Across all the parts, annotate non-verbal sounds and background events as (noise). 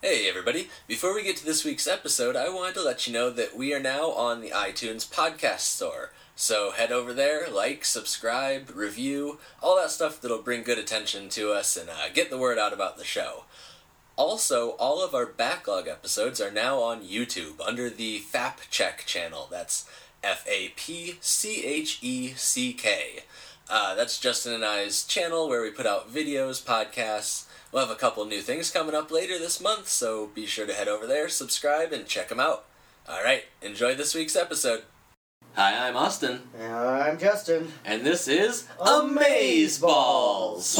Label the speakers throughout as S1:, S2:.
S1: Hey everybody! Before we get to this week's episode, I wanted to let you know that we are now on the iTunes podcast store. So head over there, like, subscribe, review, all that stuff that'll bring good attention to us and uh, get the word out about the show. Also, all of our backlog episodes are now on YouTube under the FAP Check channel. That's F A P C H E C K. Uh, that's Justin and I's channel where we put out videos, podcasts. We'll have a couple new things coming up later this month, so be sure to head over there, subscribe, and check them out. All right, enjoy this week's episode. Hi, I'm Austin,
S2: Uh, I'm Justin.
S1: and this is Amaze
S2: Amaze
S1: Balls.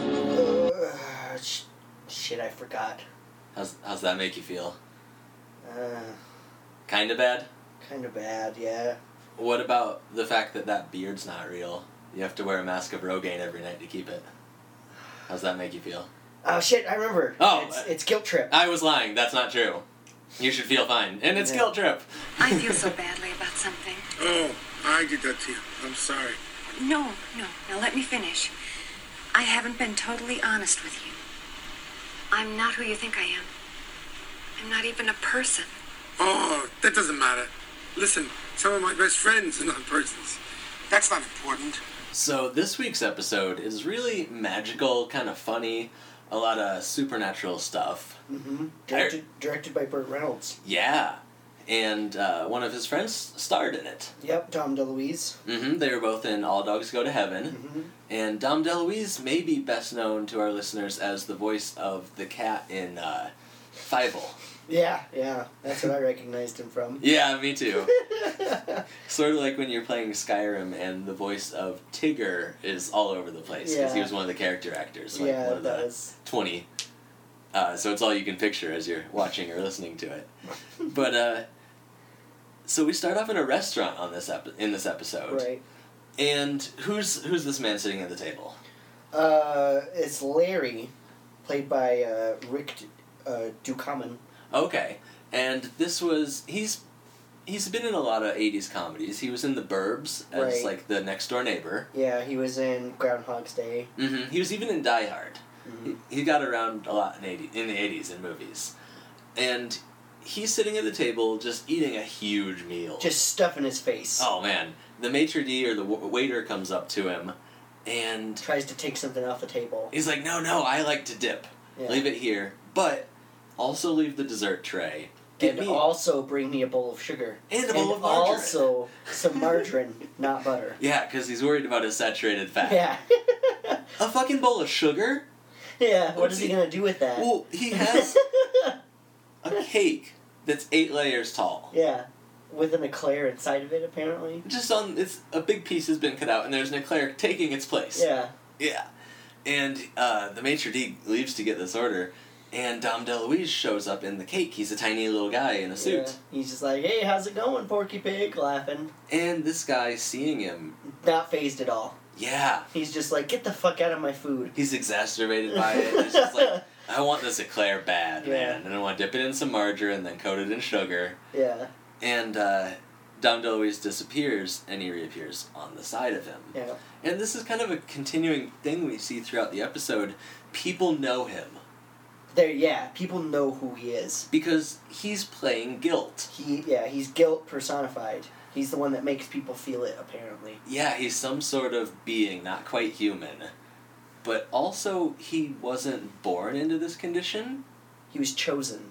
S2: Uh, sh- shit, I forgot.
S1: How's, how's that make you feel?
S2: Uh,
S1: Kinda bad?
S2: kind of bad, yeah.
S1: What about the fact that that beard's not real? You have to wear a mask of Rogaine every night to keep it. How's that make you feel?
S2: Oh shit, I remember.
S1: Oh,
S2: it's,
S1: uh,
S2: it's guilt trip.
S1: I was lying. That's not true. You should feel fine. And it's
S2: Yeah.
S1: guilt trip.
S3: I feel so badly about something.
S4: Oh, I did that to you. I'm sorry.
S3: No, no. Now let me finish. I haven't been totally honest with you. I'm not who you think I am. I'm not even a person.
S4: Oh, that doesn't matter. Listen, some of my best friends are not persons. That's not important.
S1: So this week's episode is really magical, kind of funny, a lot of supernatural stuff.
S2: Directed, directed by Burt Reynolds.
S1: Yeah. And uh, one of his friends starred in it.
S2: Yep, Tom DeLuise.
S1: hmm They were both in All Dogs Go to Heaven. And Dom DeLuise may be best known to our listeners as the voice of the cat in uh, Fievel.
S2: Yeah, yeah, that's what I recognized
S1: (laughs)
S2: him from.
S1: Yeah, me
S2: (laughs)
S1: too. sort of like when you're playing Skyrim and the voice of Tigger is all over the place because he
S2: Yeah.
S1: was one of the character actors, like
S2: yeah,
S1: one of
S2: that
S1: the
S2: was.
S1: twenty. Uh, so it's all you can picture as you're watching or listening to
S2: (laughs)
S1: it. But uh, so we start off in a restaurant on this ep- in this episode,
S2: Right.
S1: and who's who's this man sitting at the table?
S2: Uh, it's Larry, played by uh, Rick D- uh, Ducommun.
S1: Okay, and this was he's he's been in a lot of '80s comedies. He was in The Burbs as
S2: Right.
S1: like the next door neighbor.
S2: Yeah, he was in Groundhog's Day.
S1: hmm He was even in Die Hard.
S2: Mhm.
S1: He, he got around a lot in, 80, in the 80s in movies. And he's sitting at the table just eating a huge meal.
S2: Just stuff in his face.
S1: Oh, man. The maitre d' or the w- waiter comes up to him and
S2: Tries to take something off the table.
S1: he's like, no, no, I like to dip.
S2: Yeah.
S1: Leave it here. But also leave the dessert tray. Get
S2: and
S1: me.
S2: also bring me a bowl of sugar.
S1: And a bowl
S2: and
S1: of margarine.
S2: also some
S1: (laughs)
S2: margarine, not butter.
S1: yeah, because he's worried about his saturated fat.
S2: Yeah. (laughs)
S1: A fucking bowl of sugar?
S2: yeah. What is
S1: What's he-
S2: he gonna do with that?
S1: Well, he has a cake that's eight layers tall.
S2: (laughs) yeah. With an eclair inside of it, apparently.
S1: just on it's a big piece has been cut out and there's an eclair taking its place
S2: Yeah.
S1: yeah and uh, the maitre d leaves to get this order and dom deluise shows up in the cake he's a tiny little guy in a suit
S2: Yeah. He's just like, hey, how's it going, Porky Pig? Laughing.
S1: and this guy seeing him
S2: Not phased at all.
S1: yeah
S2: He's just like, get the fuck out of my food.
S1: he's exacerbated by it and he's just
S2: (laughs)
S1: like i want this eclair bad
S2: Yeah.
S1: man and i want to dip it in some margarine and then coat it in sugar
S2: Yeah.
S1: and uh, dom deluise disappears and he reappears on the side of him
S2: Yeah.
S1: And this is kind of a continuing thing we see throughout the episode. People know him
S2: There. Yeah. People know who he is.
S1: because he's playing guilt.
S2: He. Yeah. He's guilt personified. He's the one that makes people feel it. Apparently.
S1: Yeah, he's some sort of being, not quite human. But also, he wasn't born into this condition,
S2: He was chosen.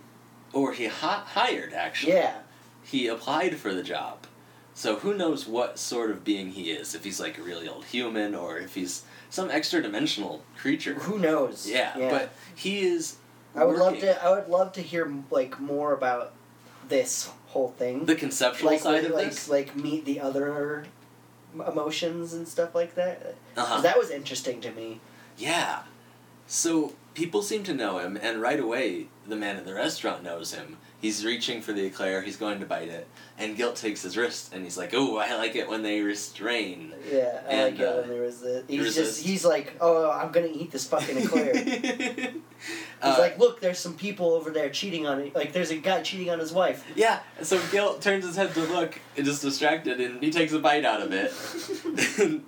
S1: or he hi- hired, actually.
S2: Yeah.
S1: He applied for the job. So who knows what sort of being he is, if he's like a really old human, or if he's some extra dimensional creature.
S2: Who knows?
S1: Yeah, but he is.
S2: I would love
S1: working.
S2: to. I would love to hear like more about this whole thing.
S1: The conceptual
S2: like
S1: side
S2: like,
S1: of
S2: like,
S1: this.
S2: like meet the other m- emotions and stuff like that. 'Cause
S1: Uh-huh.
S2: That was interesting to me.
S1: Yeah. So people seem to know him, and right away, the man at the restaurant knows him. He's reaching for the eclair, he's going to bite it, and Guilt takes his wrist, and he's like, Oh, I like it when they restrain.
S2: Yeah, I
S1: And,
S2: like it
S1: uh,
S2: when there was the. He's
S1: resist.
S2: just he's like, oh, I'm gonna eat this
S1: (laughs)
S2: fucking eclair. he's
S1: Uh,
S2: like, look, there's some people over there cheating on it. Like, there's a guy cheating on his wife.
S1: (laughs) Yeah, so Gil turns his head to look and is distracted, and he takes a bite out of it.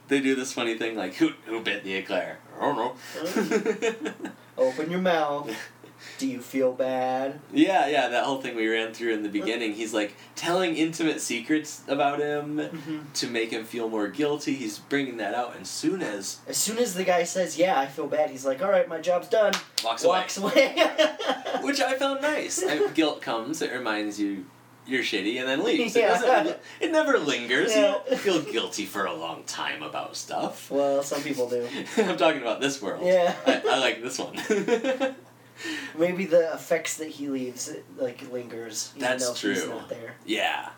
S1: (laughs) they do this funny thing like, who, who bit the eclair? I don't know. (laughs)
S2: Open your mouth. Do you feel bad?
S1: yeah, yeah, that whole thing we ran through in the beginning. He's like telling intimate secrets about him
S2: Mm-hmm.
S1: to make him feel more guilty. He's bringing that out, and soon as
S2: As soon as the guy says, yeah, I feel bad, he's like, all right, my job's done.
S1: walks away,
S2: Walks away. (laughs)
S1: which I found nice. I, guilt comes, it reminds you you're shitty, and then leaves.
S2: Yeah.
S1: It, doesn't, li- it never lingers.
S2: Yeah.
S1: You don't feel guilty for a long time about stuff.
S2: well, some people do.
S1: (laughs) I'm talking about this world.
S2: Yeah.
S1: I, I like this one.
S2: (laughs) Maybe the effects that he leaves like lingers. Even
S1: That's
S2: though He's
S1: true.
S2: not there.
S1: yeah.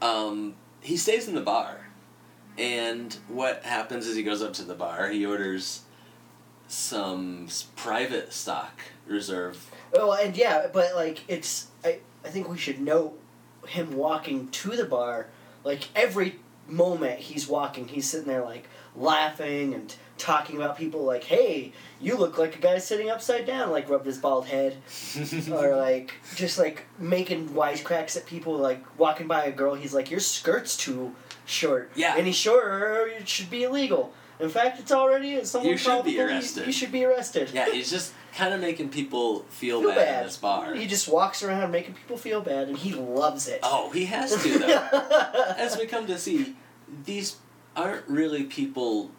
S1: Um, he stays in the bar. And what happens is he goes up to the bar, he orders some s- private stock reserve.
S2: Oh, and yeah, but like it's I I think we should note him walking to the bar. Like every moment he's walking, he's sitting there like laughing and talking about people like, "Hey, you look like a guy sitting upside down." Like rubbed his
S1: (laughs)
S2: bald head, or like just like making wisecracks at people. Like walking by a girl, he's like, "Your skirt's too short.
S1: Yeah.
S2: any shorter, it should be illegal." In fact, it's already. is. Someone
S1: You should
S2: called the
S1: be
S2: police.
S1: arrested.
S2: You should be arrested.
S1: yeah, he's just kind of making people feel,
S2: Feel
S1: bad, in
S2: bad.
S1: this bar.
S2: He just walks around making people feel bad, and he loves it.
S1: Oh, he has to, though.
S2: (laughs)
S1: As we come to see, these aren't really people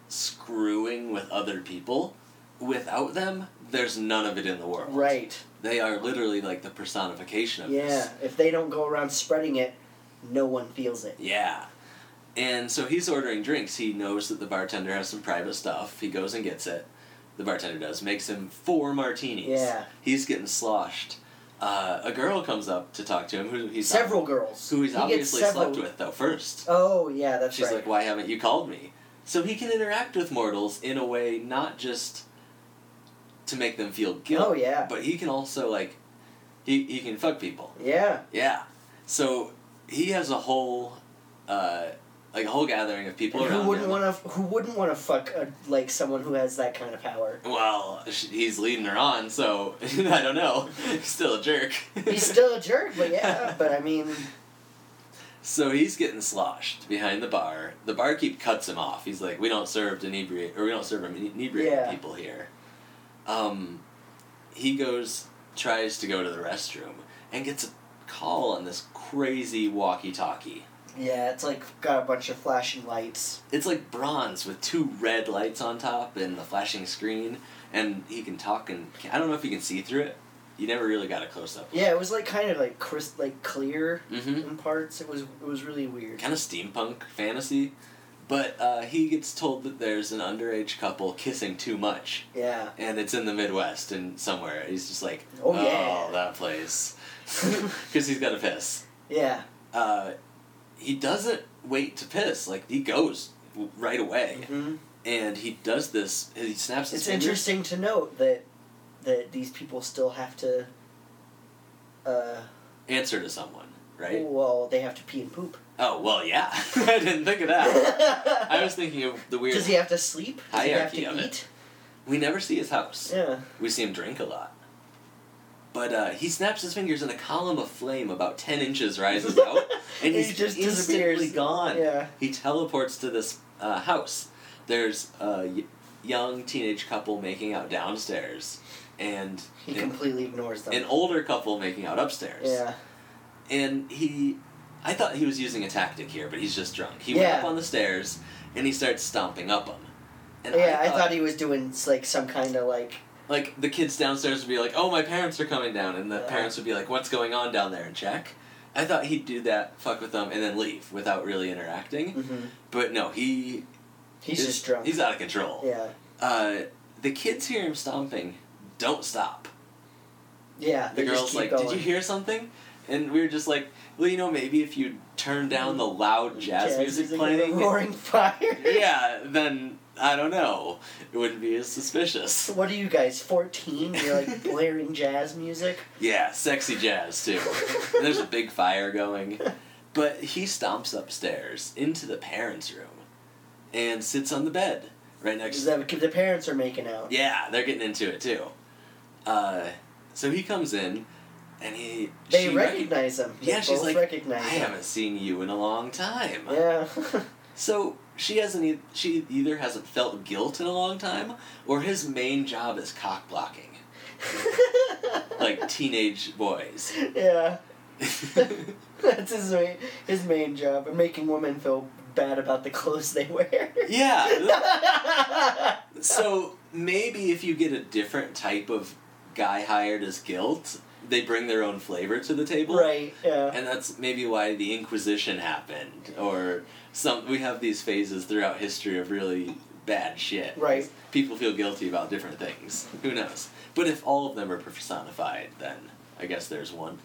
S1: screwing with other people. Without them, there's none of it in the world.
S2: right.
S1: They are literally like the personification of
S2: Yeah.
S1: this.
S2: If they don't go around spreading it, no one feels it.
S1: Yeah. And so he's ordering drinks. He knows that the bartender has some private stuff. He goes and gets it. The bartender does. Makes him four martinis.
S2: Yeah.
S1: He's getting sloshed. Uh, a girl comes up to talk to him who he's
S2: Several girls.
S1: who he's
S2: He gets
S1: obviously
S2: several-
S1: slept with though first.
S2: Oh yeah, that's
S1: She's
S2: right.
S1: like, "Why haven't you called me?" So he can interact with mortals in a way not just to make them feel guilt.
S2: Oh, yeah.
S1: But he can also like he he can fuck people.
S2: yeah.
S1: Yeah. So he has a whole, uh, like a whole gathering of people
S2: And
S1: around
S2: who wouldn't
S1: him.
S2: want to? Who wouldn't want to fuck a, like someone who has that kind of power?
S1: Well, sh- he's leading her on, so (laughs) I don't know. He's still a jerk. (laughs)
S2: He's still a jerk, but yeah. but I mean,
S1: so he's getting sloshed behind the bar. The barkeep cuts him off. He's like, "We don't serve inebriate, or we don't serve inebriated
S2: Yeah.
S1: people here." Um, he goes, tries to go to the restroom, and gets a call on this crazy walkie-talkie.
S2: yeah, it's like got a bunch of flashing lights.
S1: It's like bronze with two red lights on top and the flashing screen, and he can talk and I don't know if you can see through it. You never really got a close up.
S2: Yeah, it was like kind of like crisp, like clear
S1: Mm-hmm.
S2: in parts. It was it was really weird.
S1: Kind of steampunk fantasy, but uh, he gets told that there's an underage couple kissing too much,
S2: Yeah. (laughs)
S1: and it's in the Midwest and somewhere. He's just like,
S2: Oh, yeah."
S1: that
S2: (laughs)
S1: place, (laughs) because he's got to piss.
S2: Yeah.
S1: Uh, he doesn't wait to piss. Like he goes w- right away,
S2: hmm
S1: and he does this. He snaps his
S2: It's
S1: fingers.
S2: interesting to note that that these people still have to. Uh,
S1: answer to someone, right?
S2: well, they have to pee and poop.
S1: Oh well, yeah. (laughs) I didn't think of that.
S2: (laughs)
S1: I was thinking of the weird.
S2: Does he have to sleep? Does
S1: Hierarchy
S2: he have
S1: of
S2: to
S1: it.
S2: eat?
S1: we never see his house.
S2: Yeah.
S1: We see him drink a lot. But uh, he snaps his fingers, and a column of flame about ten inches
S2: (laughs)
S1: rises out, and
S2: He
S1: he's
S2: just
S1: instantly
S2: disappears.
S1: gone.
S2: Yeah.
S1: He teleports to this uh, house. There's a y- young teenage couple making out downstairs, and
S2: He
S1: an,
S2: completely ignores them.
S1: an older couple making out upstairs.
S2: yeah.
S1: and he i thought he was using a tactic here but he's just drunk he went
S2: Yeah.
S1: up on the stairs and he starts stomping up them and
S2: yeah, I thought he was doing like some kind of like
S1: like the kids downstairs would be like oh my parents are coming down and the
S2: Yeah.
S1: parents would be like what's going on down there and check i thought he'd do that fuck with them and then leave without really interacting
S2: mhm.
S1: but no he
S2: he's
S1: is-
S2: just drunk.
S1: he's out of control
S2: yeah.
S1: uh, the kids hear him stomping don't stop
S2: Yeah.
S1: the
S2: they just
S1: girl's
S2: keep
S1: like,
S2: going.
S1: "Did you hear something?" And we were just like, "Well, you know, maybe if you turn down the loud jazz, music
S2: and the
S1: playing, (laughs)
S2: (laughs) roaring fire.
S1: yeah, then I don't know. It wouldn't be as suspicious.
S2: What are you guys, 14? You're
S1: (laughs)
S2: like blaring jazz music?
S1: Yeah, sexy jazz too. And there's a big fire going. But he stomps upstairs into the parents' room and sits on the bed right next
S2: Is
S1: to
S2: that what the parents are making out?
S1: Yeah, they're getting into it too. Uh, so he comes in and he
S2: They
S1: she recog-
S2: recognize him. They
S1: Yeah, she's
S2: both
S1: like I
S2: recognize him.
S1: haven't seen you in a long time.
S2: Yeah.
S1: So she hasn't. E- she either hasn't felt guilt in a long time, or his main job is cock blocking,
S2: (laughs)
S1: like teenage boys.
S2: yeah. (laughs) That's his main, his main job, and making women feel bad about the clothes they
S1: (laughs)
S2: wear.
S1: yeah. so maybe if you get a different type of guy hired as guilt, they bring their own flavor to the table.
S2: right, yeah.
S1: And that's maybe why the Inquisition happened, or some. We have these phases throughout history of really bad shit.
S2: Right.
S1: People feel guilty about different things. Who knows? But if all of them are personified, then I guess there's one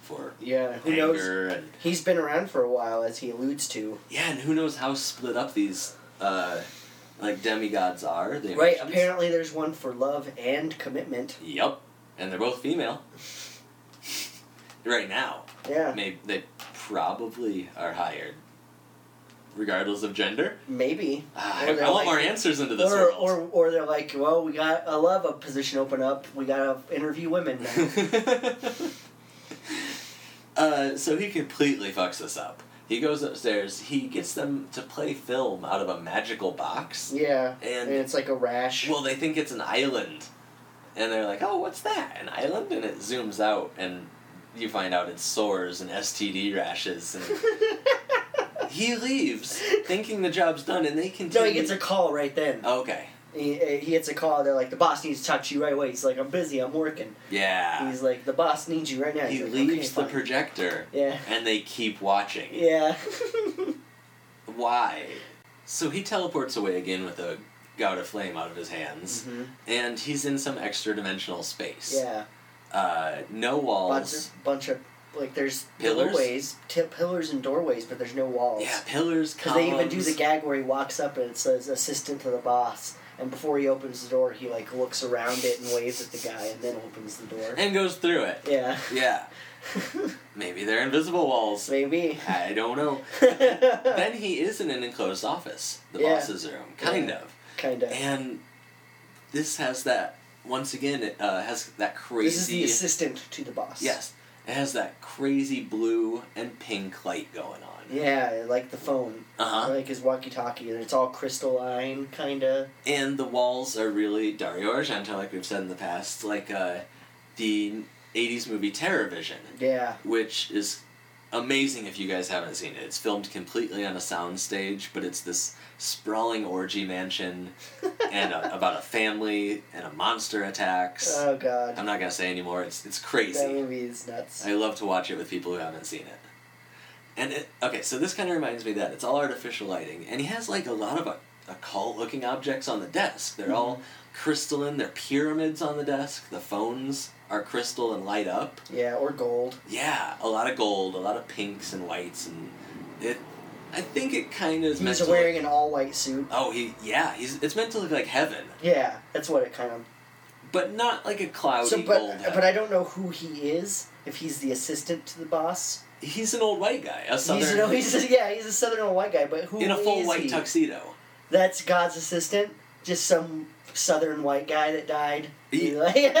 S1: for
S2: yeah, who knows?
S1: anger and
S2: He's been around for a while, as he alludes to.
S1: yeah, and who knows how split up these uh, like demigods are? The
S2: Right,
S1: emotions.
S2: apparently there's one for love and commitment.
S1: Yup, and they're both female. (laughs) right now,
S2: Yeah,
S1: maybe they probably are hired, regardless of gender.
S2: maybe.
S1: Ah,
S2: Or
S1: I,
S2: they're
S1: I want
S2: like-
S1: more answers into this
S2: or,
S1: world.
S2: or or they're like, well, we got a love a position open up. We gotta interview women
S1: (laughs)
S2: now.
S1: (laughs) uh, so he completely fucks this up. He goes upstairs. He gets them to play film out of a magical box.
S2: yeah,
S1: And-
S2: it's like a rash.
S1: Well, they think it's an island, and they're like, "Oh, what's that? An island?" And it zooms out, and you find out it's sores and STD rashes.
S2: (laughs)
S1: And he leaves, thinking the job's done, and they continue.
S2: no, he gets a call right then.
S1: okay.
S2: He, eh, he gets a call. They're like, the boss needs to talk to you right away. He's like, I'm busy. I'm working.
S1: Yeah.
S2: He's like, the boss needs you right now.
S1: he
S2: He's like,
S1: leaves
S2: okay,
S1: the
S2: fine.
S1: projector,
S2: Yeah.
S1: and they keep watching.
S2: Yeah. (laughs)
S1: Why? So he teleports away again with a gout of flame out of his hands, and he's in some extra dimensional space.
S2: Mm-hmm. yeah.
S1: Uh, no
S2: Bunch
S1: walls.
S2: of, bunch of like there's
S1: Pillars?
S2: doorways, t- pillars and doorways, but there's no walls.
S1: Yeah, pillars,
S2: Because
S1: columns.
S2: they even do the gag where he walks up and it says assistant to the boss, and before he opens the door, he like looks around it and waves at the guy, and then opens the door.
S1: and goes through it.
S2: Yeah, (laughs)
S1: Yeah. Maybe they're invisible walls.
S2: maybe.
S1: I don't
S2: (laughs)
S1: know. (laughs) then he is in an enclosed office, the
S2: Yeah.
S1: boss's room, kind
S2: Yeah.
S1: of.
S2: kind of.
S1: And this has that once again. It uh, has that crazy.
S2: This is the assistant to the boss.
S1: Yes. It has that crazy blue and pink light going on.
S2: Yeah, like the phone,
S1: Uh-huh.
S2: like his walkie-talkie, and it's all crystalline, kind of.
S1: And the walls are really Dario Argento, like we've said in the past, like uh, the 80s movie Terrorvision,
S2: Yeah,
S1: which is amazing if you guys haven't seen it. It's filmed completely on a soundstage, but it's this sprawling orgy
S2: (laughs)
S1: mansion and a, about a family and a monster attacks.
S2: Oh god,
S1: I'm not going to say anymore. It's, it's crazy.
S2: that movie is nuts.
S1: I love to watch it with people who haven't seen it. And it, okay, so this kind of reminds me of that it's all artificial lighting, and he has like a lot of uh, occult looking objects on the desk. They're all
S2: Mm-hmm.
S1: crystalline. They're pyramids on the desk. The phones are crystal and light up.
S2: yeah, or gold.
S1: Yeah, a lot of gold, a lot of pinks and whites, and it. I think it kind of is meant
S2: He's
S1: to. look-
S2: wearing an all-white suit.
S1: oh, he yeah, he's it's meant to look like heaven,
S2: Yeah, that's what it kind of
S1: but not like a cloudy
S2: So,
S1: gold.
S2: but
S1: heaven.
S2: but I don't know who he is. If he's the assistant to the boss,
S1: he's an old white guy, a southern
S2: he's, no, he's a, yeah, he's a southern old white guy. But who
S1: in a full
S2: is
S1: white
S2: he?
S1: tuxedo.
S2: That's God's assistant. Just some southern white guy that died. (laughs)
S1: He-
S2: You're like-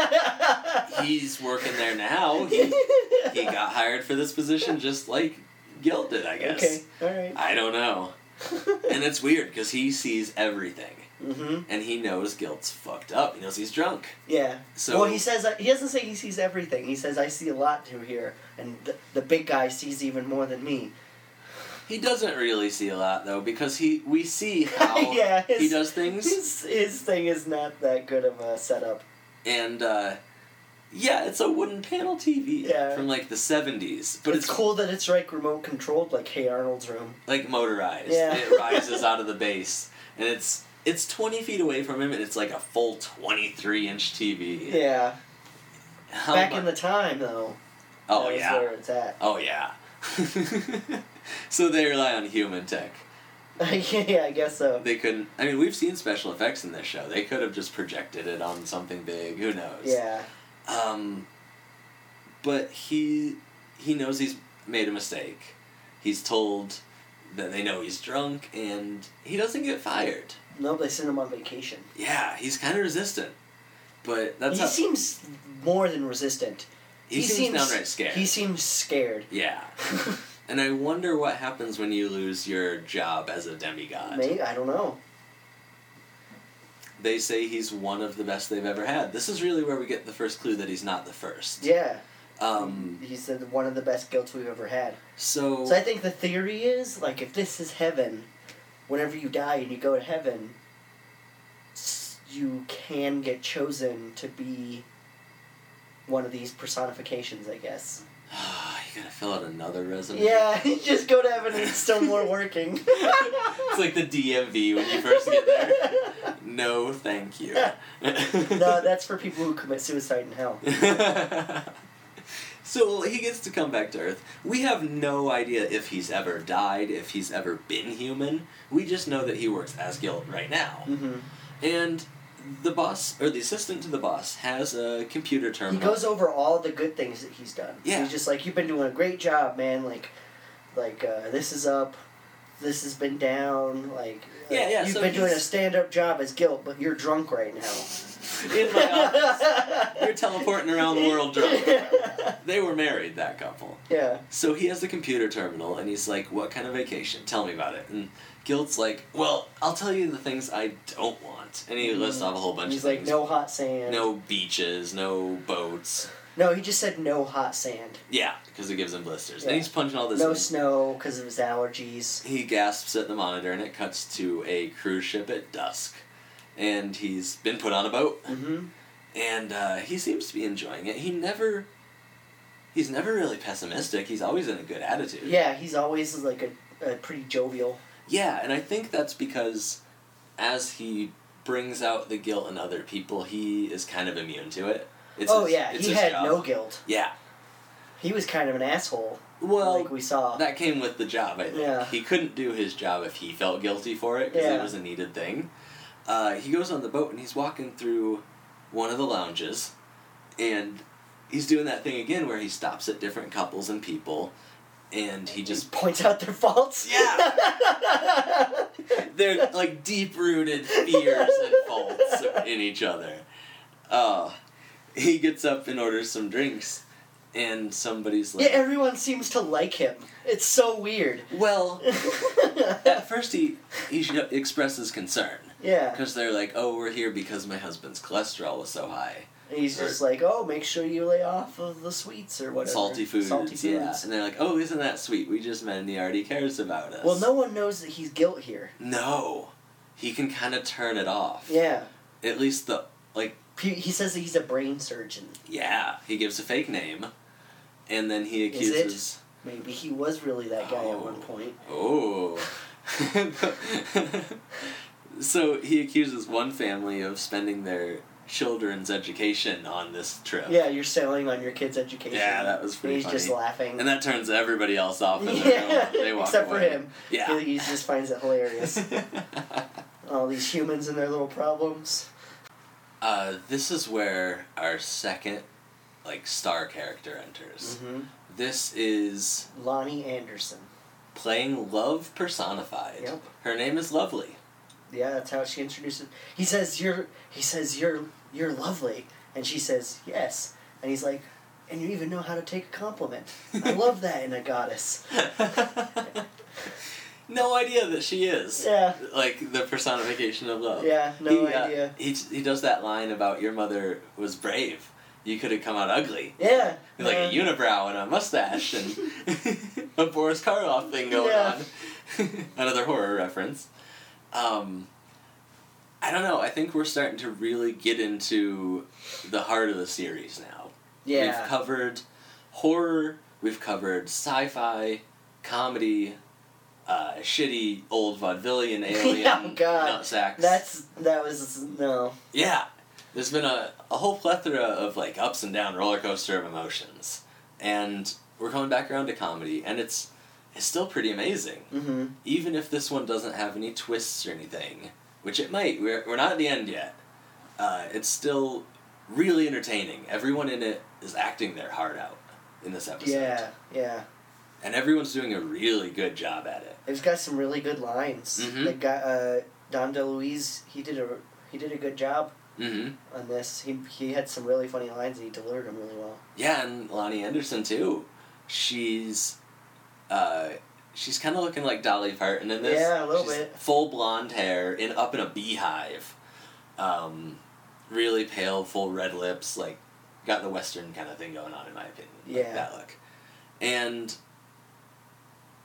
S1: he's working there now. He, he got hired for this position just like Gil did, I guess.
S2: okay, all right.
S1: I don't know. and it's weird because he sees everything.
S2: Mm-hmm.
S1: And he knows Gil's fucked up. He knows he's drunk.
S2: Yeah.
S1: So-
S2: well, he says uh, he doesn't say he sees everything. He says I see a lot through here, and the, the big guy sees even more than me. (laughs)
S1: He doesn't really see a lot though because he we
S2: (laughs)
S1: see how
S2: Yeah, his-
S1: he does things.
S2: His his thing is not that good of a setup.
S1: And uh yeah, it's a wooden panel TV
S2: Yeah.
S1: from like the seventies. But
S2: it's,
S1: it's,
S2: cool that it's like remote controlled, like Hey Arnold's room.
S1: like motorized.
S2: Yeah.
S1: It
S2: (laughs)
S1: rises out of the base, and it's it's twenty feet away from him, and it's like a full twenty three inch TV.
S2: Yeah.
S1: How
S2: Back
S1: mu-
S2: in the time though.
S1: oh
S2: that was
S1: yeah (laughs)
S2: where it's at.
S1: oh yeah. So they rely on human tech,
S2: (laughs) yeah, I guess so.
S1: They couldn't. I mean, we've seen special effects in this show. They could have just projected it on something big. Who knows?
S2: Yeah.
S1: Um, but he he knows he's made a mistake. He's told that they know he's drunk, and he doesn't get fired.
S2: No, they sent him on vacation.
S1: Yeah, he's kind of resistant, but that's
S2: he
S1: how,
S2: seems more than resistant.
S1: he, seems, downright scared.
S2: He seems scared.
S1: (laughs) yeah, and I wonder what happens when you lose your job as a demigod.
S2: Maybe I don't know.
S1: They say he's one of the best they've ever had. This is really where we get the first clue that he's not the first.
S2: Yeah,
S1: Um, Oh.
S2: he said one of the best guilts we've ever had.
S1: so,
S2: So
S1: (sighs)
S2: I think the theory is like if this is heaven, whenever you die and you go to heaven, s- you can get chosen to be one of these personifications. I guess.
S1: you gotta fill out another resume.
S2: Yeah, (laughs) you just go to heaven and it's still more working.
S1: It's like the DMV when you first get there.
S2: (laughs)
S1: No, thank you.
S2: no, that's for people who commit suicide in hell.
S1: (laughs) so he gets to come back to Earth. We have no idea if he's ever died, if he's ever been human. We just know that he works as Guild right now.
S2: hmm
S1: And the boss, or the assistant to the boss, has a computer
S2: He
S1: terminal.
S2: goes over all the good things that he's done.
S1: Uh-huh. Yeah.
S2: He's just like, you've been doing a great job, man. Like, like uh, this is up, this has been down. Like,
S1: Yeah,
S2: uh,
S1: yeah,
S2: You've
S1: so
S2: been doing a
S1: he's-
S2: stand-up job as guilt, but you're drunk right
S1: (laughs)
S2: now.
S1: (laughs) in my office. You're teleporting around the world drunk. They were married, that couple.
S2: (laughs) yeah.
S1: So he has the computer terminal and he's like, What kind of vacation? Tell me about it. And Guilt's like, Well, I'll tell you the things I don't want. And he lists off a whole bunch
S2: Mm. He's
S1: of
S2: like,
S1: things.
S2: no hot sand.
S1: No beaches, no boats.
S2: No, he just said no hot sand.
S1: Yeah, because it gives him blisters.
S2: Yeah.
S1: And he's punching all this
S2: No
S1: in.
S2: snow because of his allergies.
S1: He gasps at the monitor and it cuts to a cruise ship at dusk. And he's been put on a boat.
S2: Mm-hmm.
S1: and uh, he seems to be enjoying it. He never, he's never really pessimistic. He's always in a good attitude.
S2: Yeah, he's always like a, a pretty jovial.
S1: Yeah, and I think that's because as he brings out the guilt in other people, he is kind of immune to it. It's
S2: oh
S1: his-
S2: yeah,
S1: it's
S2: he
S1: his
S2: had
S1: job.
S2: no guilt.
S1: Yeah.
S2: He was kind of an asshole.
S1: Well,
S2: like we saw.
S1: that came with the job. I think
S2: Yeah.
S1: he couldn't do his job if he felt guilty for it because
S2: Yeah.
S1: it was a needed thing. Uh, he goes on the boat and he's walking through one of the lounges, and he's doing that thing again where he stops at different couples and people, and he just
S2: points out their faults.
S1: Yeah. (laughs) they're like deep rooted fears and faults in each other. Uh, he gets up and orders some drinks, and somebody's
S2: yeah,
S1: like,
S2: everyone seems to like him. It's so weird. (laughs)
S1: "Well." At first, he he sh- expresses concern
S2: yeah.
S1: because they're like, "Oh, we're here because my husband's cholesterol was so high,
S2: And he's just like, oh, make sure you lay off of the sweets or whatever.
S1: salty foods,
S2: Salty foods.
S1: yeah." And they're like, "Oh, isn't that sweet? We just met and he already cares about us."
S2: Well, no one knows that he's guilt here.
S1: no, he can kind of turn it off.
S2: Yeah.
S1: At least the like,
S2: He he says that he's a brain surgeon.
S1: yeah, he gives a fake name, and then he
S2: Is it?
S1: accuses.
S2: Maybe he was really that guy at
S1: Oh.
S2: one point.
S1: Oh. (laughs) so he accuses one family of spending their children's education on this trip.
S2: Yeah, you're selling on your kid's education.
S1: Yeah, that was pretty
S2: And he's just
S1: funny.
S2: laughing.
S1: And that turns everybody else off. And
S2: yeah,
S1: yeah. They walk
S2: except for
S1: away.
S2: him.
S1: Yeah.
S2: He, he just finds
S1: (laughs)
S2: it hilarious. (laughs) All these humans and their little problems.
S1: uh, this is where our second, like, star character enters.
S2: hmm
S1: This is
S2: Lonnie Anderson.
S1: playing Love personified.
S2: Yep.
S1: Her name is Lovely. (laughs)
S2: Yeah, that's how she introduces. He says you're. He says you're. You're lovely, and she says yes, and he's like, and you even know how to take a compliment.
S1: (laughs)
S2: I love that in a goddess.
S1: no idea that she is.
S2: Yeah.
S1: Like the personification of love.
S2: Yeah, no
S1: he, uh,
S2: idea.
S1: he, he does that line about your mother was brave. You could have come out ugly.
S2: Yeah. Um,
S1: Like
S2: yeah.
S1: a unibrow and a mustache
S2: (laughs)
S1: and a Boris Karloff thing going
S2: Yeah.
S1: on. (laughs) Another horror reference. Um, I don't know. I think we're starting to really get into the heart of the series now. We've
S2: Yeah. (laughs)
S1: covered horror, we've covered sci fi, comedy, uh, shitty old
S2: (laughs)
S1: vaudevillian alien
S2: Oh, God.
S1: nutsacks.
S2: That's that was no.
S1: Yeah. There's been a, a whole plethora of like ups and down roller coaster of emotions. And we're coming back around to comedy and it's is still pretty amazing.
S2: Mm-hmm.
S1: Even if this one doesn't have any twists or anything, which it might, we're, we're not at the end yet. Uh, it's still really entertaining. Everyone in it is acting their heart out in this episode.
S2: Yeah, yeah.
S1: And everyone's doing a really good job at it.
S2: It's got some really good lines.
S1: Mhm.
S2: The guy, uh, Don DeLuise, he did a he did a good job
S1: Mm-hmm.
S2: on this. He he had some really funny lines and he delivered them really well.
S1: Yeah, and Lonnie Anderson too. She's uh she's kinda looking like Dolly Parton in this.
S2: Yeah, a little
S1: She's
S2: bit.
S1: Full blonde hair in up in a beehive. Um really pale, full red lips, like got the western kind of thing going on in my opinion. like
S2: Yeah.
S1: that look. And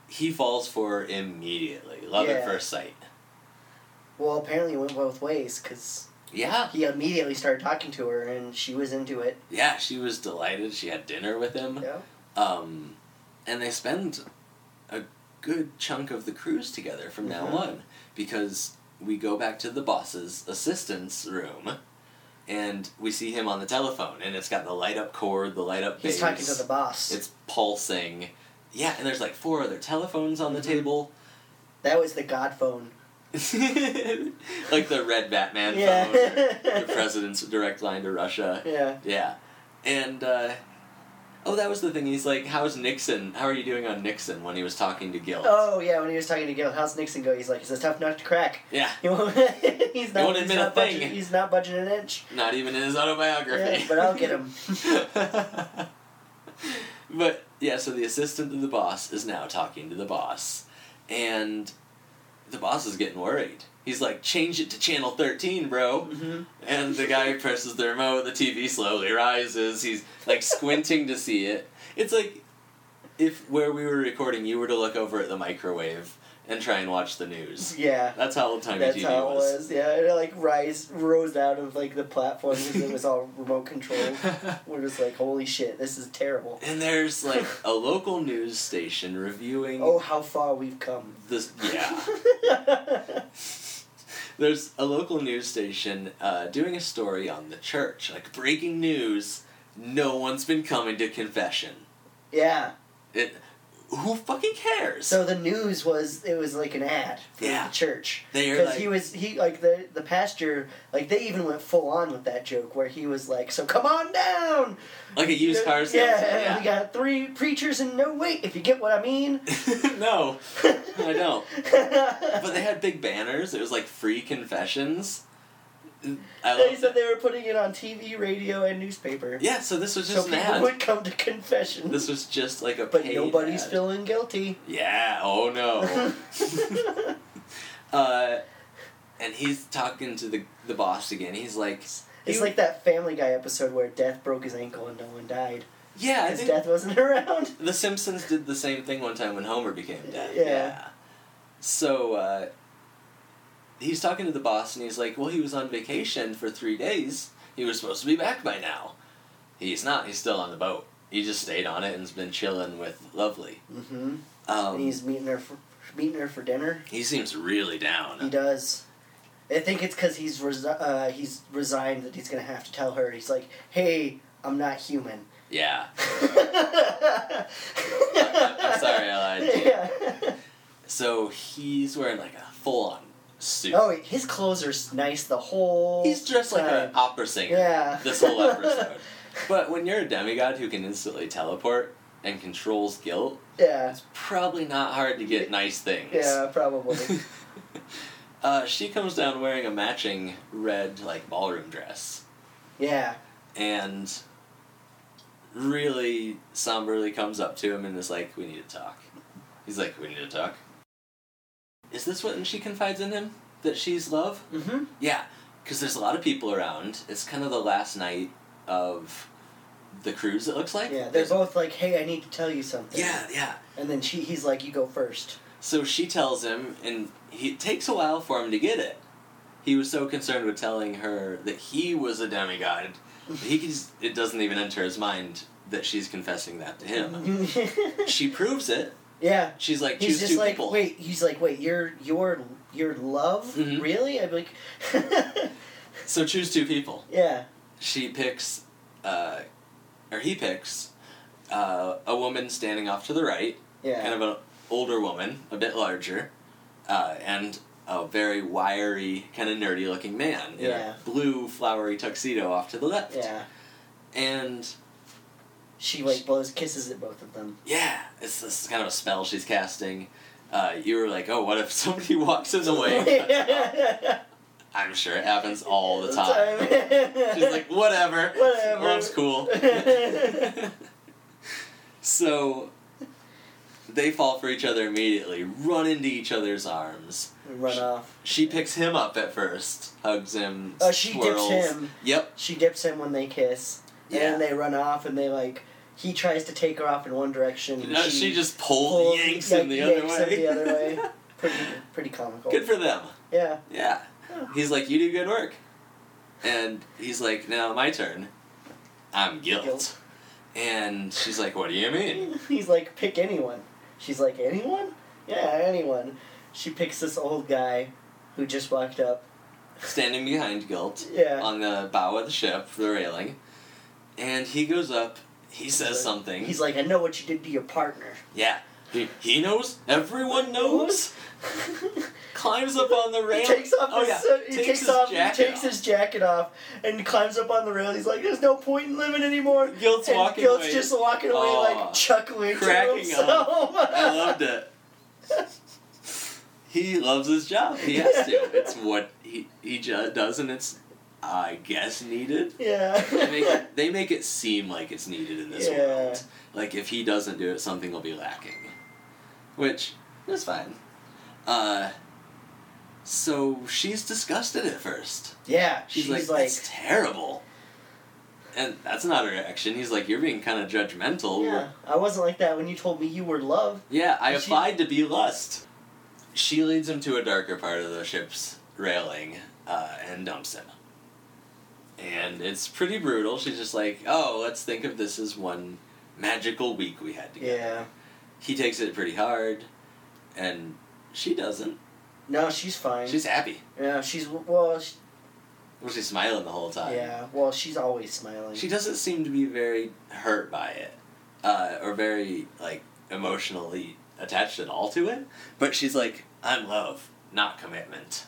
S1: he falls for her immediately. Love at
S2: Yeah.
S1: first sight.
S2: Well, apparently it went both ways because
S1: Yeah.
S2: he immediately started talking to her and she was into it.
S1: Yeah, she was delighted. She had dinner with him.
S2: Yeah.
S1: Um, and they spend a good chunk of the cruise together from now
S2: Mhm.
S1: on because we go back to the boss's assistant's room and we see him on the telephone and it's got the light up cord, the light up
S2: He's
S1: bass.
S2: talking to the boss.
S1: It's pulsing. Yeah, and there's like four other telephones on the
S2: Mhm.
S1: table. (laughs)
S2: that was the God phone.
S1: like the red Batman
S2: Yeah.
S1: phone, or
S2: (laughs)
S1: the president's direct line to Russia.
S2: Yeah.
S1: Yeah. And, uh, oh, that was the thing. He's like, how's Nixon? How are you doing on Nixon when he was talking to Gillis?
S2: Oh yeah, when he was talking to Gil, how's Nixon go? He's like, "Is this tough nut to crack?" (laughs)
S1: Yeah,
S2: He won't, he's not.
S1: won't
S2: he's
S1: admit
S2: not
S1: a thing.
S2: budging- he's not budging an inch.
S1: not even in his autobiography.
S2: Yeah, but I'll get him.
S1: (laughs) but, yeah, so the assistant to the boss is now talking to the boss. And the boss is getting worried. He's like, change it to channel 13, bro.
S2: Mm-hmm.
S1: And the guy presses the remote, the TV slowly rises. He's like squinting to see it. It's like if where we were recording, you were to look over at the microwave and try and watch the news.
S2: Yeah.
S1: That's how old timey
S2: That's
S1: TV
S2: how it
S1: was.
S2: was. Yeah, it like rise rose out of like the platform because it was all remote controlled. We're just like, holy shit, this
S1: (laughs)
S2: is terrible.
S1: and there's like a local news station reviewing
S2: Oh, how far we've come.
S1: this. Yeah. There's a local news station uh, doing a story on the church. Like breaking news, no one's been coming to confession.
S2: yeah.
S1: It, who fucking cares?
S2: So the news was it was like an ad for
S1: Yeah.
S2: the church.
S1: They are
S2: Because
S1: like,
S2: he was he like the the pastor like they even went full on with that joke where he was like so come on down
S1: like a used car
S2: yeah, we
S1: salesman.
S2: got three preachers and no wait if you get what
S1: (laughs)
S2: I mean
S1: Yeah. no, I
S2: (laughs)
S1: don't. But they had big banners. It was like free confessions. I
S2: they
S1: love
S2: said
S1: that.
S2: they were putting it on TV radio and newspaper
S1: Yeah, so this was
S2: so
S1: just an
S2: people
S1: ad.
S2: would come to confession
S1: This was just like a
S2: but
S1: paid
S2: nobody's
S1: ad.
S2: feeling guilty
S1: Yeah. Oh no.
S2: (laughs)
S1: uh, and he's talking to the the boss again. He's like,
S2: it's
S1: You-
S2: like that Family Guy episode where Death broke his ankle and no one died
S1: yeah, I
S2: because
S1: think
S2: Death wasn't (laughs) around
S1: The Simpsons did the same thing one time when Homer became dead.
S2: Yeah.
S1: So uh, he's talking to the boss and he's like, "Well, he was on vacation for three days. He was supposed to be back by now. He's not. He's still on the boat. He just stayed on it and's been chilling with Lovely.
S2: mm-hmm.
S1: Um,
S2: and he's meeting her for, meeting her for dinner
S1: he seems really down.
S2: He does. I think it's because he's resi- uh, he's resigned that he's gonna have to tell her. He's like, "Hey, I'm
S1: (laughs)
S2: not human." (laughs)
S1: Yeah. I- I'm
S2: I'm
S1: sorry, I lied.
S2: (laughs) Yeah.
S1: So he's wearing like a full on suit.
S2: Oh, his clothes are s- nice the whole.
S1: he's dressed like an
S2: time.
S1: opera singer.
S2: Yeah.
S1: this whole
S2: (laughs)
S1: episode. But when you're a demigod who can instantly teleport and controls guilt,
S2: yeah.
S1: it's probably not hard to get nice things.
S2: Yeah,
S1: (laughs)
S2: probably.
S1: Uh, she comes down wearing a matching red like ballroom dress
S2: yeah.
S1: and really somberly comes up to him and is like, "We need to talk." He's like, "We need to talk." Is this what? And she confides in him that she's love.
S2: Mm-hmm.
S1: Yeah, because there's a lot of people around. It's kind of the last night of the cruise. It looks like.
S2: Yeah. They're
S1: There's-
S2: both like, "Hey, I need to tell you something."
S1: Yeah, yeah.
S2: And then she, he's like, "You go first.
S1: So she tells him, and he, it takes a while for him to get it. He was so concerned with telling her that he was a demigod, he can, it doesn't even enter his mind that she's confessing that to
S2: (laughs)
S1: him. she proves it.
S2: yeah.
S1: She's like,
S2: He's
S1: Um, choose
S2: just
S1: two
S2: like,
S1: people.
S2: wait. He's like, wait. Your your your love,
S1: Mhm.
S2: really? I'm like, (laughs)
S1: So choose two people.
S2: yeah,
S1: She picks, uh, or he picks, uh, a woman standing off to the right
S2: yeah.
S1: kind of an older woman, a bit larger, uh, and a very wiry, kind of nerdy looking man in
S2: Yeah.
S1: a blue flowery tuxedo off to the left.
S2: Yeah.
S1: And
S2: She like blows kisses at both of them.
S1: yeah, it's this is kind of a spell she's casting. Uh, you were like, oh, what if somebody (laughs) walks in the
S2: (laughs)
S1: way? I'm sure it happens all the time. (laughs) She's like, whatever.
S2: Whatever.
S1: Mom's
S2: (laughs)
S1: cool. so they fall for each other immediately, run into each other's arms.
S2: Run off.
S1: She picks him up at first, hugs him.
S2: Oh, she dips
S1: twirls.
S2: him.
S1: Yep.
S2: She dips him when they kiss,
S1: Yeah.
S2: and then they run off, and they like he tries to take her off in one direction. and
S1: No, she, just pulls,
S2: pulls-
S1: yanks
S2: like,
S1: him the
S2: yanks
S1: other way.
S2: him the other way. Pretty, pretty
S1: (laughs)
S2: comical.
S1: Good for them.
S2: yeah.
S1: Yeah.
S2: Yeah.
S1: He's like, you do good work. And he's like, now my turn. I'm guilt.
S2: Guilt.
S1: And she's like, what do you mean?
S2: He's like, pick anyone. She's like, anyone? Yeah, anyone. She picks this old guy who just walked up.
S1: Standing behind guilt
S2: Yeah.
S1: on the bow of the ship, the railing. And he goes up, he says something.
S2: He's like, I know what you did to your partner. (laughs)
S1: yeah. He, he knows, everyone knows. climbs up on the rail.
S2: He takes off
S1: oh,
S2: his,
S1: yeah.
S2: he
S1: takes
S2: takes,
S1: his
S2: off
S1: jacket
S2: he takes
S1: off.
S2: his jacket off and climbs up on the rail. He's like, "There's no point in living anymore."
S1: Guilt's
S2: and
S1: walking
S2: Guilt's
S1: away.
S2: just walking away
S1: Aw.
S2: like chuckling to
S1: Cracking
S2: himself.
S1: I loved it.
S2: (laughs)
S1: he loves his job. He has to. It's what he he ju- does, and it's I guess needed.
S2: (laughs) yeah.
S1: They make it, they make it seem like it's needed in this
S2: Yeah.
S1: world. Like if he doesn't do it, something will be lacking, which is fine. Uh, so she's disgusted at first.
S2: yeah.
S1: She's, like, that's terrible. And that's not her action. He's like, you're being kind of judgmental.
S2: yeah. I wasn't like that when you told me you were love.
S1: Yeah, I
S2: And she-
S1: applied to be lust. She leads him to a darker part of the ship's railing uh, and dumps him. And it's pretty brutal. She's just like, oh, let's think of this as one magical week we had together.
S2: Yeah.
S1: He takes it pretty hard, and she doesn't.
S2: No, she's fine.
S1: She's happy.
S2: yeah, she's well. She,
S1: Well, she's smiling the whole time.
S2: yeah. Well, she's always smiling.
S1: She doesn't seem to be very hurt by it, uh, or very like emotionally attached at all to it. But she's like, "I'm love, not commitment."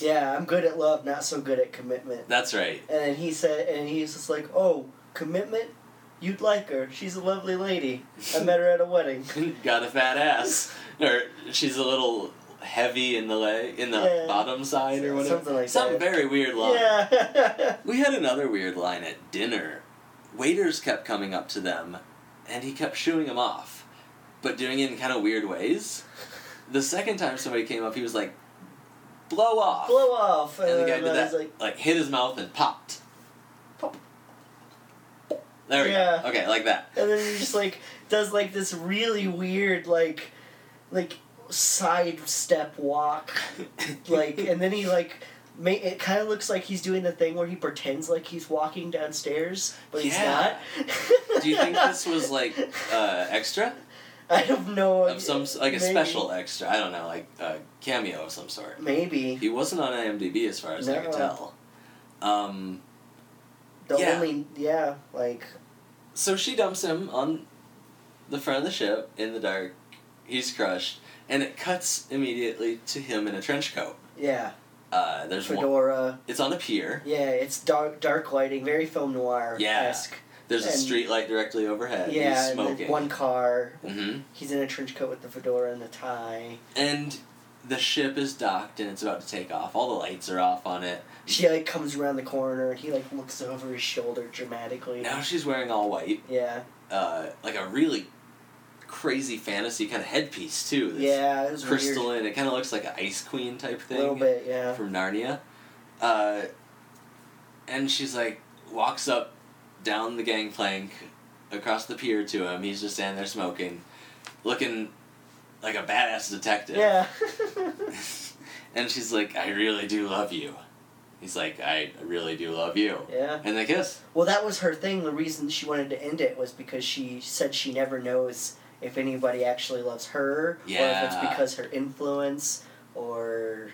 S2: yeah, I'm good at love, not so good at commitment.
S1: That's right. (laughs)
S2: And then he said, and he was just like, "Oh, commitment." You'd like her. She's a lovely lady. I met her at
S1: (laughs)
S2: a wedding. (laughs)
S1: Got a fat ass, or she's a little heavy in the leg, in the
S2: Yeah.
S1: bottom side, or whatever.
S2: Something like
S1: Some
S2: that.
S1: very weird line.
S2: Yeah. (laughs)
S1: We had another weird line at dinner. Waiters kept coming up to them, and he kept shooing them off, but doing it in kind of weird ways. The second time somebody came up, he was like, "Blow off,"
S2: Blow off.
S1: and the guy
S2: then
S1: did
S2: I was
S1: that, like, hit his mouth and popped.
S2: Pop.
S1: There we
S2: Yeah.
S1: go. Okay, like that.
S2: and then he just like does like this really weird like like sidestep walk
S1: (laughs)
S2: like and then he like ma- it kind of looks like he's doing the thing where he pretends like he's walking downstairs but he's
S1: Yeah.
S2: not (laughs)
S1: Do you think this was like uh, extra
S2: i have no idea
S1: of some s- like a
S2: Maybe.
S1: special extra? I don't know, like a cameo of some sort.
S2: maybe
S1: He wasn't on IMDb as far as I could
S2: No.
S1: tell. Um,
S2: the
S1: yeah.
S2: only yeah like
S1: so she dumps him on the front of the ship in the dark. He's crushed, and it cuts immediately to him in a trench coat.
S2: yeah
S1: Uh, there's one.
S2: fedora
S1: It's on a pier.
S2: yeah it's dark dark lighting very film noir esque
S1: There's a
S2: And-
S1: street light directly overhead.
S2: yeah
S1: He's
S2: and then
S1: smoking.
S2: one car
S1: hmm
S2: he's in a trench coat with the fedora and the tie
S1: And the ship is docked and it's about to take off. All the lights are off on it.
S2: She like comes around the corner and he like looks over his shoulder dramatically.
S1: Now she's wearing all white,
S2: Yeah.
S1: uh, like a really crazy fantasy kind of headpiece too. That's
S2: Yeah, it was weird.
S1: crystalline. It kind of looks like an ice queen type
S2: A
S1: thing.
S2: little bit, yeah.
S1: from Narnia. Uh, and she's like, walks up down the gangplank across the pier to him. He's just standing there smoking, looking like a badass detective.
S2: Yeah. (laughs)
S1: and she's like, I really do love you. He's like, I really do love you.
S2: yeah.
S1: And they kiss.
S2: Well, that was her thing. The reason she wanted to end it was because she said she never knows if anybody actually loves her or if it's
S1: Yeah.
S2: because her influence or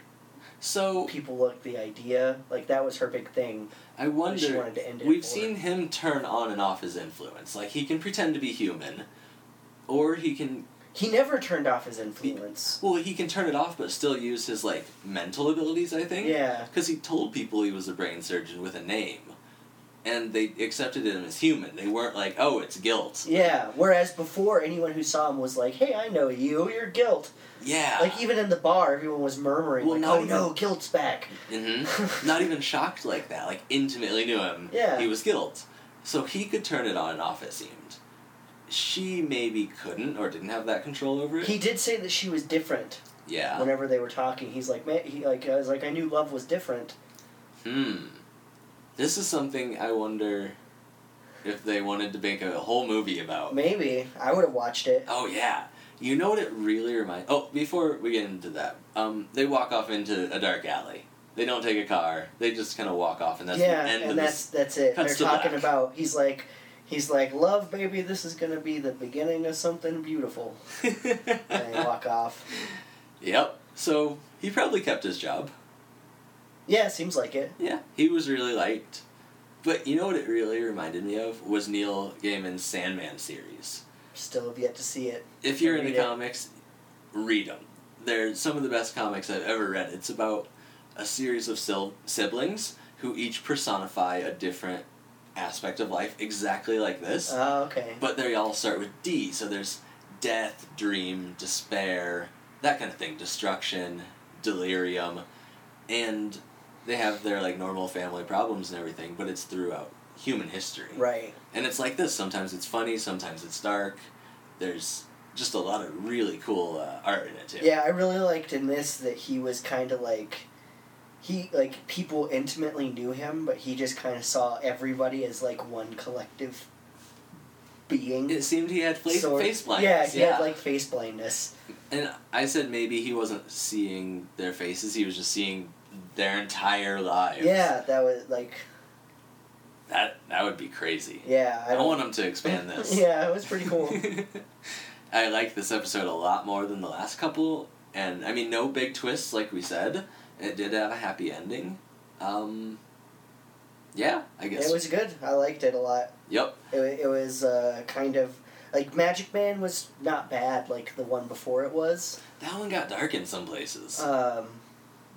S1: So
S2: people like the idea. Like that was her big thing.
S1: I
S2: that she
S1: wonder.
S2: wanted to end it.
S1: We've
S2: for.
S1: seen him turn on and off his influence. Like, he can pretend to be human, or he can
S2: He never turned off his influence.
S1: Well, he can turn it off, but still use his like mental abilities. I think.
S2: Yeah.
S1: Because he told people he was a brain surgeon with a name, and they accepted him as human. They weren't like, "Oh, it's guilt."
S2: Yeah. Whereas before, anyone who saw him was like, "Hey, I know you. You're guilt."
S1: Yeah.
S2: Like even in the bar, everyone was murmuring,
S1: Well,
S2: like,
S1: no,
S2: "Oh no, guilt's back." (laughs)
S1: hmm Not even shocked like that. Like intimately knew him.
S2: Yeah.
S1: He was guilt, so he could turn it on and off. It seemed. She maybe couldn't or didn't have that control over it.
S2: He did say that she was different.
S1: yeah.
S2: Whenever they were talking, he's like, "Man," he like, I was like, "I knew love was different."
S1: Hmm. This is something I wonder if they wanted to make a whole movie about.
S2: Maybe I would have watched it.
S1: Oh yeah. You know what it really reminds Oh, before we get into that, um, they walk off into a dark alley. They don't take a car. They just kind of walk off, and that's
S2: yeah,
S1: the end
S2: and
S1: of
S2: that's that's it. They're
S1: cuts to
S2: talking
S1: black.
S2: about he's like, he's like, "Love, baby, this is gonna be the beginning of something beautiful."
S1: (laughs) this.
S2: And they walk off.
S1: yep. So he probably kept his job.
S2: Yeah, seems like it.
S1: Yeah, he was really liked. But you know what it really reminded me of was Neil Gaiman's Sandman series.
S2: Still have yet to see it.
S1: If you're into
S2: Read it.
S1: comics, read them. They're some of the best comics I've ever read. It's about a series of sil- siblings who each personify a different aspect of life, exactly like this.
S2: Oh, okay.
S1: but they all start with D, so there's death, dream, despair, that kind of thing, destruction, delirium, and they have their like normal family problems and everything, but it's throughout human history.
S2: Right.
S1: And it's like this. Sometimes it's funny. Sometimes it's dark. There's just a lot of really cool uh, art in it too.
S2: Yeah, I really liked in this that he was kind of like, he like people intimately knew him, but he just kind of saw everybody as like one collective being.
S1: It seemed he had fla-
S2: Sort-
S1: face
S2: Yeah,
S1: blindness.
S2: he had like face blindness.
S1: and I said maybe he wasn't seeing their faces. He was just seeing their entire lives.
S2: Yeah, that was like,
S1: That that would be crazy.
S2: yeah, I
S1: I
S2: don't (laughs)
S1: want him to expand this.
S2: yeah, it was pretty
S1: (laughs)
S2: cool.
S1: I like this episode a lot more than the last couple, and I mean, no big twists, like we said. It did have a happy ending. Um, yeah, I guess.
S2: it was good. I liked it a lot.
S1: yep.
S2: It, wa- it was uh, kind of like Magic Man was not bad, like the one before it was.
S1: That one got dark in some places.
S2: um,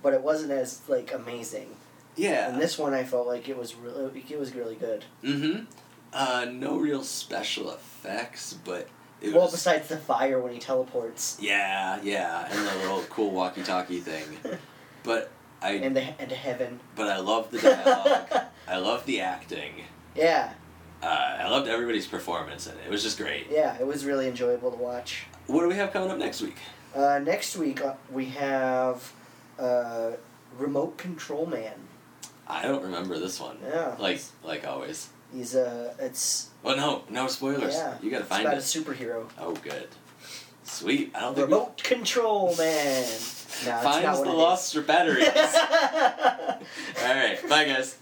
S2: but it wasn't as like amazing. And
S1: yeah.
S2: this one, I felt like it was really, it was really good.
S1: mm-hmm. Uh, no real special effects, but it
S2: well,
S1: was.
S2: besides the fire when he teleports
S1: yeah, yeah, and the little cool walkie-talkie thing.
S2: (laughs)
S1: But I
S2: and the and heaven.
S1: but I love the
S2: (laughs)
S1: dialogue. I love the acting.
S2: Yeah,
S1: Uh, I loved everybody's performance in it. It was just great.
S2: yeah, it was really enjoyable to watch.
S1: What do we have coming up next week?
S2: Uh, next week uh, we have uh, Remote Control Man.
S1: I don't remember this one.
S2: Yeah.
S1: Like like always.
S2: He's a it's
S1: Oh no, no spoilers.
S2: yeah.
S1: You gotta
S2: it's
S1: find
S2: about
S1: it.
S2: a superhero.
S1: oh good. Sweet. I don't think we-
S2: Remote Control Man. No, it's
S1: Finds
S2: not
S1: the
S2: what it is. (laughs)
S1: lost batteries. Alright, bye guys.